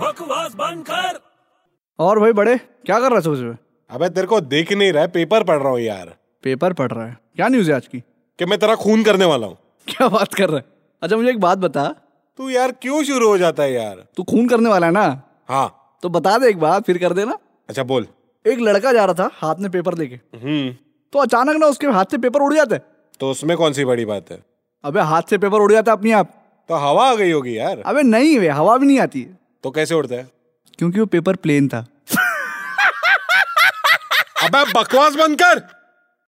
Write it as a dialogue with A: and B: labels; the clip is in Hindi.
A: बकवास बंद कर
B: और भाई बड़े क्या कर रहा है सुबह सुबह
C: अबे तेरे को देख ही नहीं रहा है पेपर पढ़ रहा हूँ यार
B: पेपर पढ़ रहा है क्या न्यूज है आज की
C: कि मैं तेरा खून करने वाला हूँ
B: क्या बात कर रहा है अच्छा मुझे एक बात बता
C: तू यार क्यों शुरू हो जाता है यार
B: तू खून करने वाला है ना
C: हाँ
B: तो बता दे एक बात फिर कर देना
C: अच्छा बोल
B: एक लड़का जा रहा था हाथ में पेपर लेके
C: हम्म
B: तो अचानक ना उसके हाथ से पेपर उड़ जाता है
C: तो उसमें कौन सी बड़ी बात है
B: अबे हाथ से पेपर उड़ जाता है अपने आप
C: तो हवा आ गई होगी यार
B: अबे नहीं वे हवा भी नहीं आती है
C: तो कैसे उड़ता है
B: क्योंकि वो पेपर प्लेन था
C: अबे बकवास बंद कर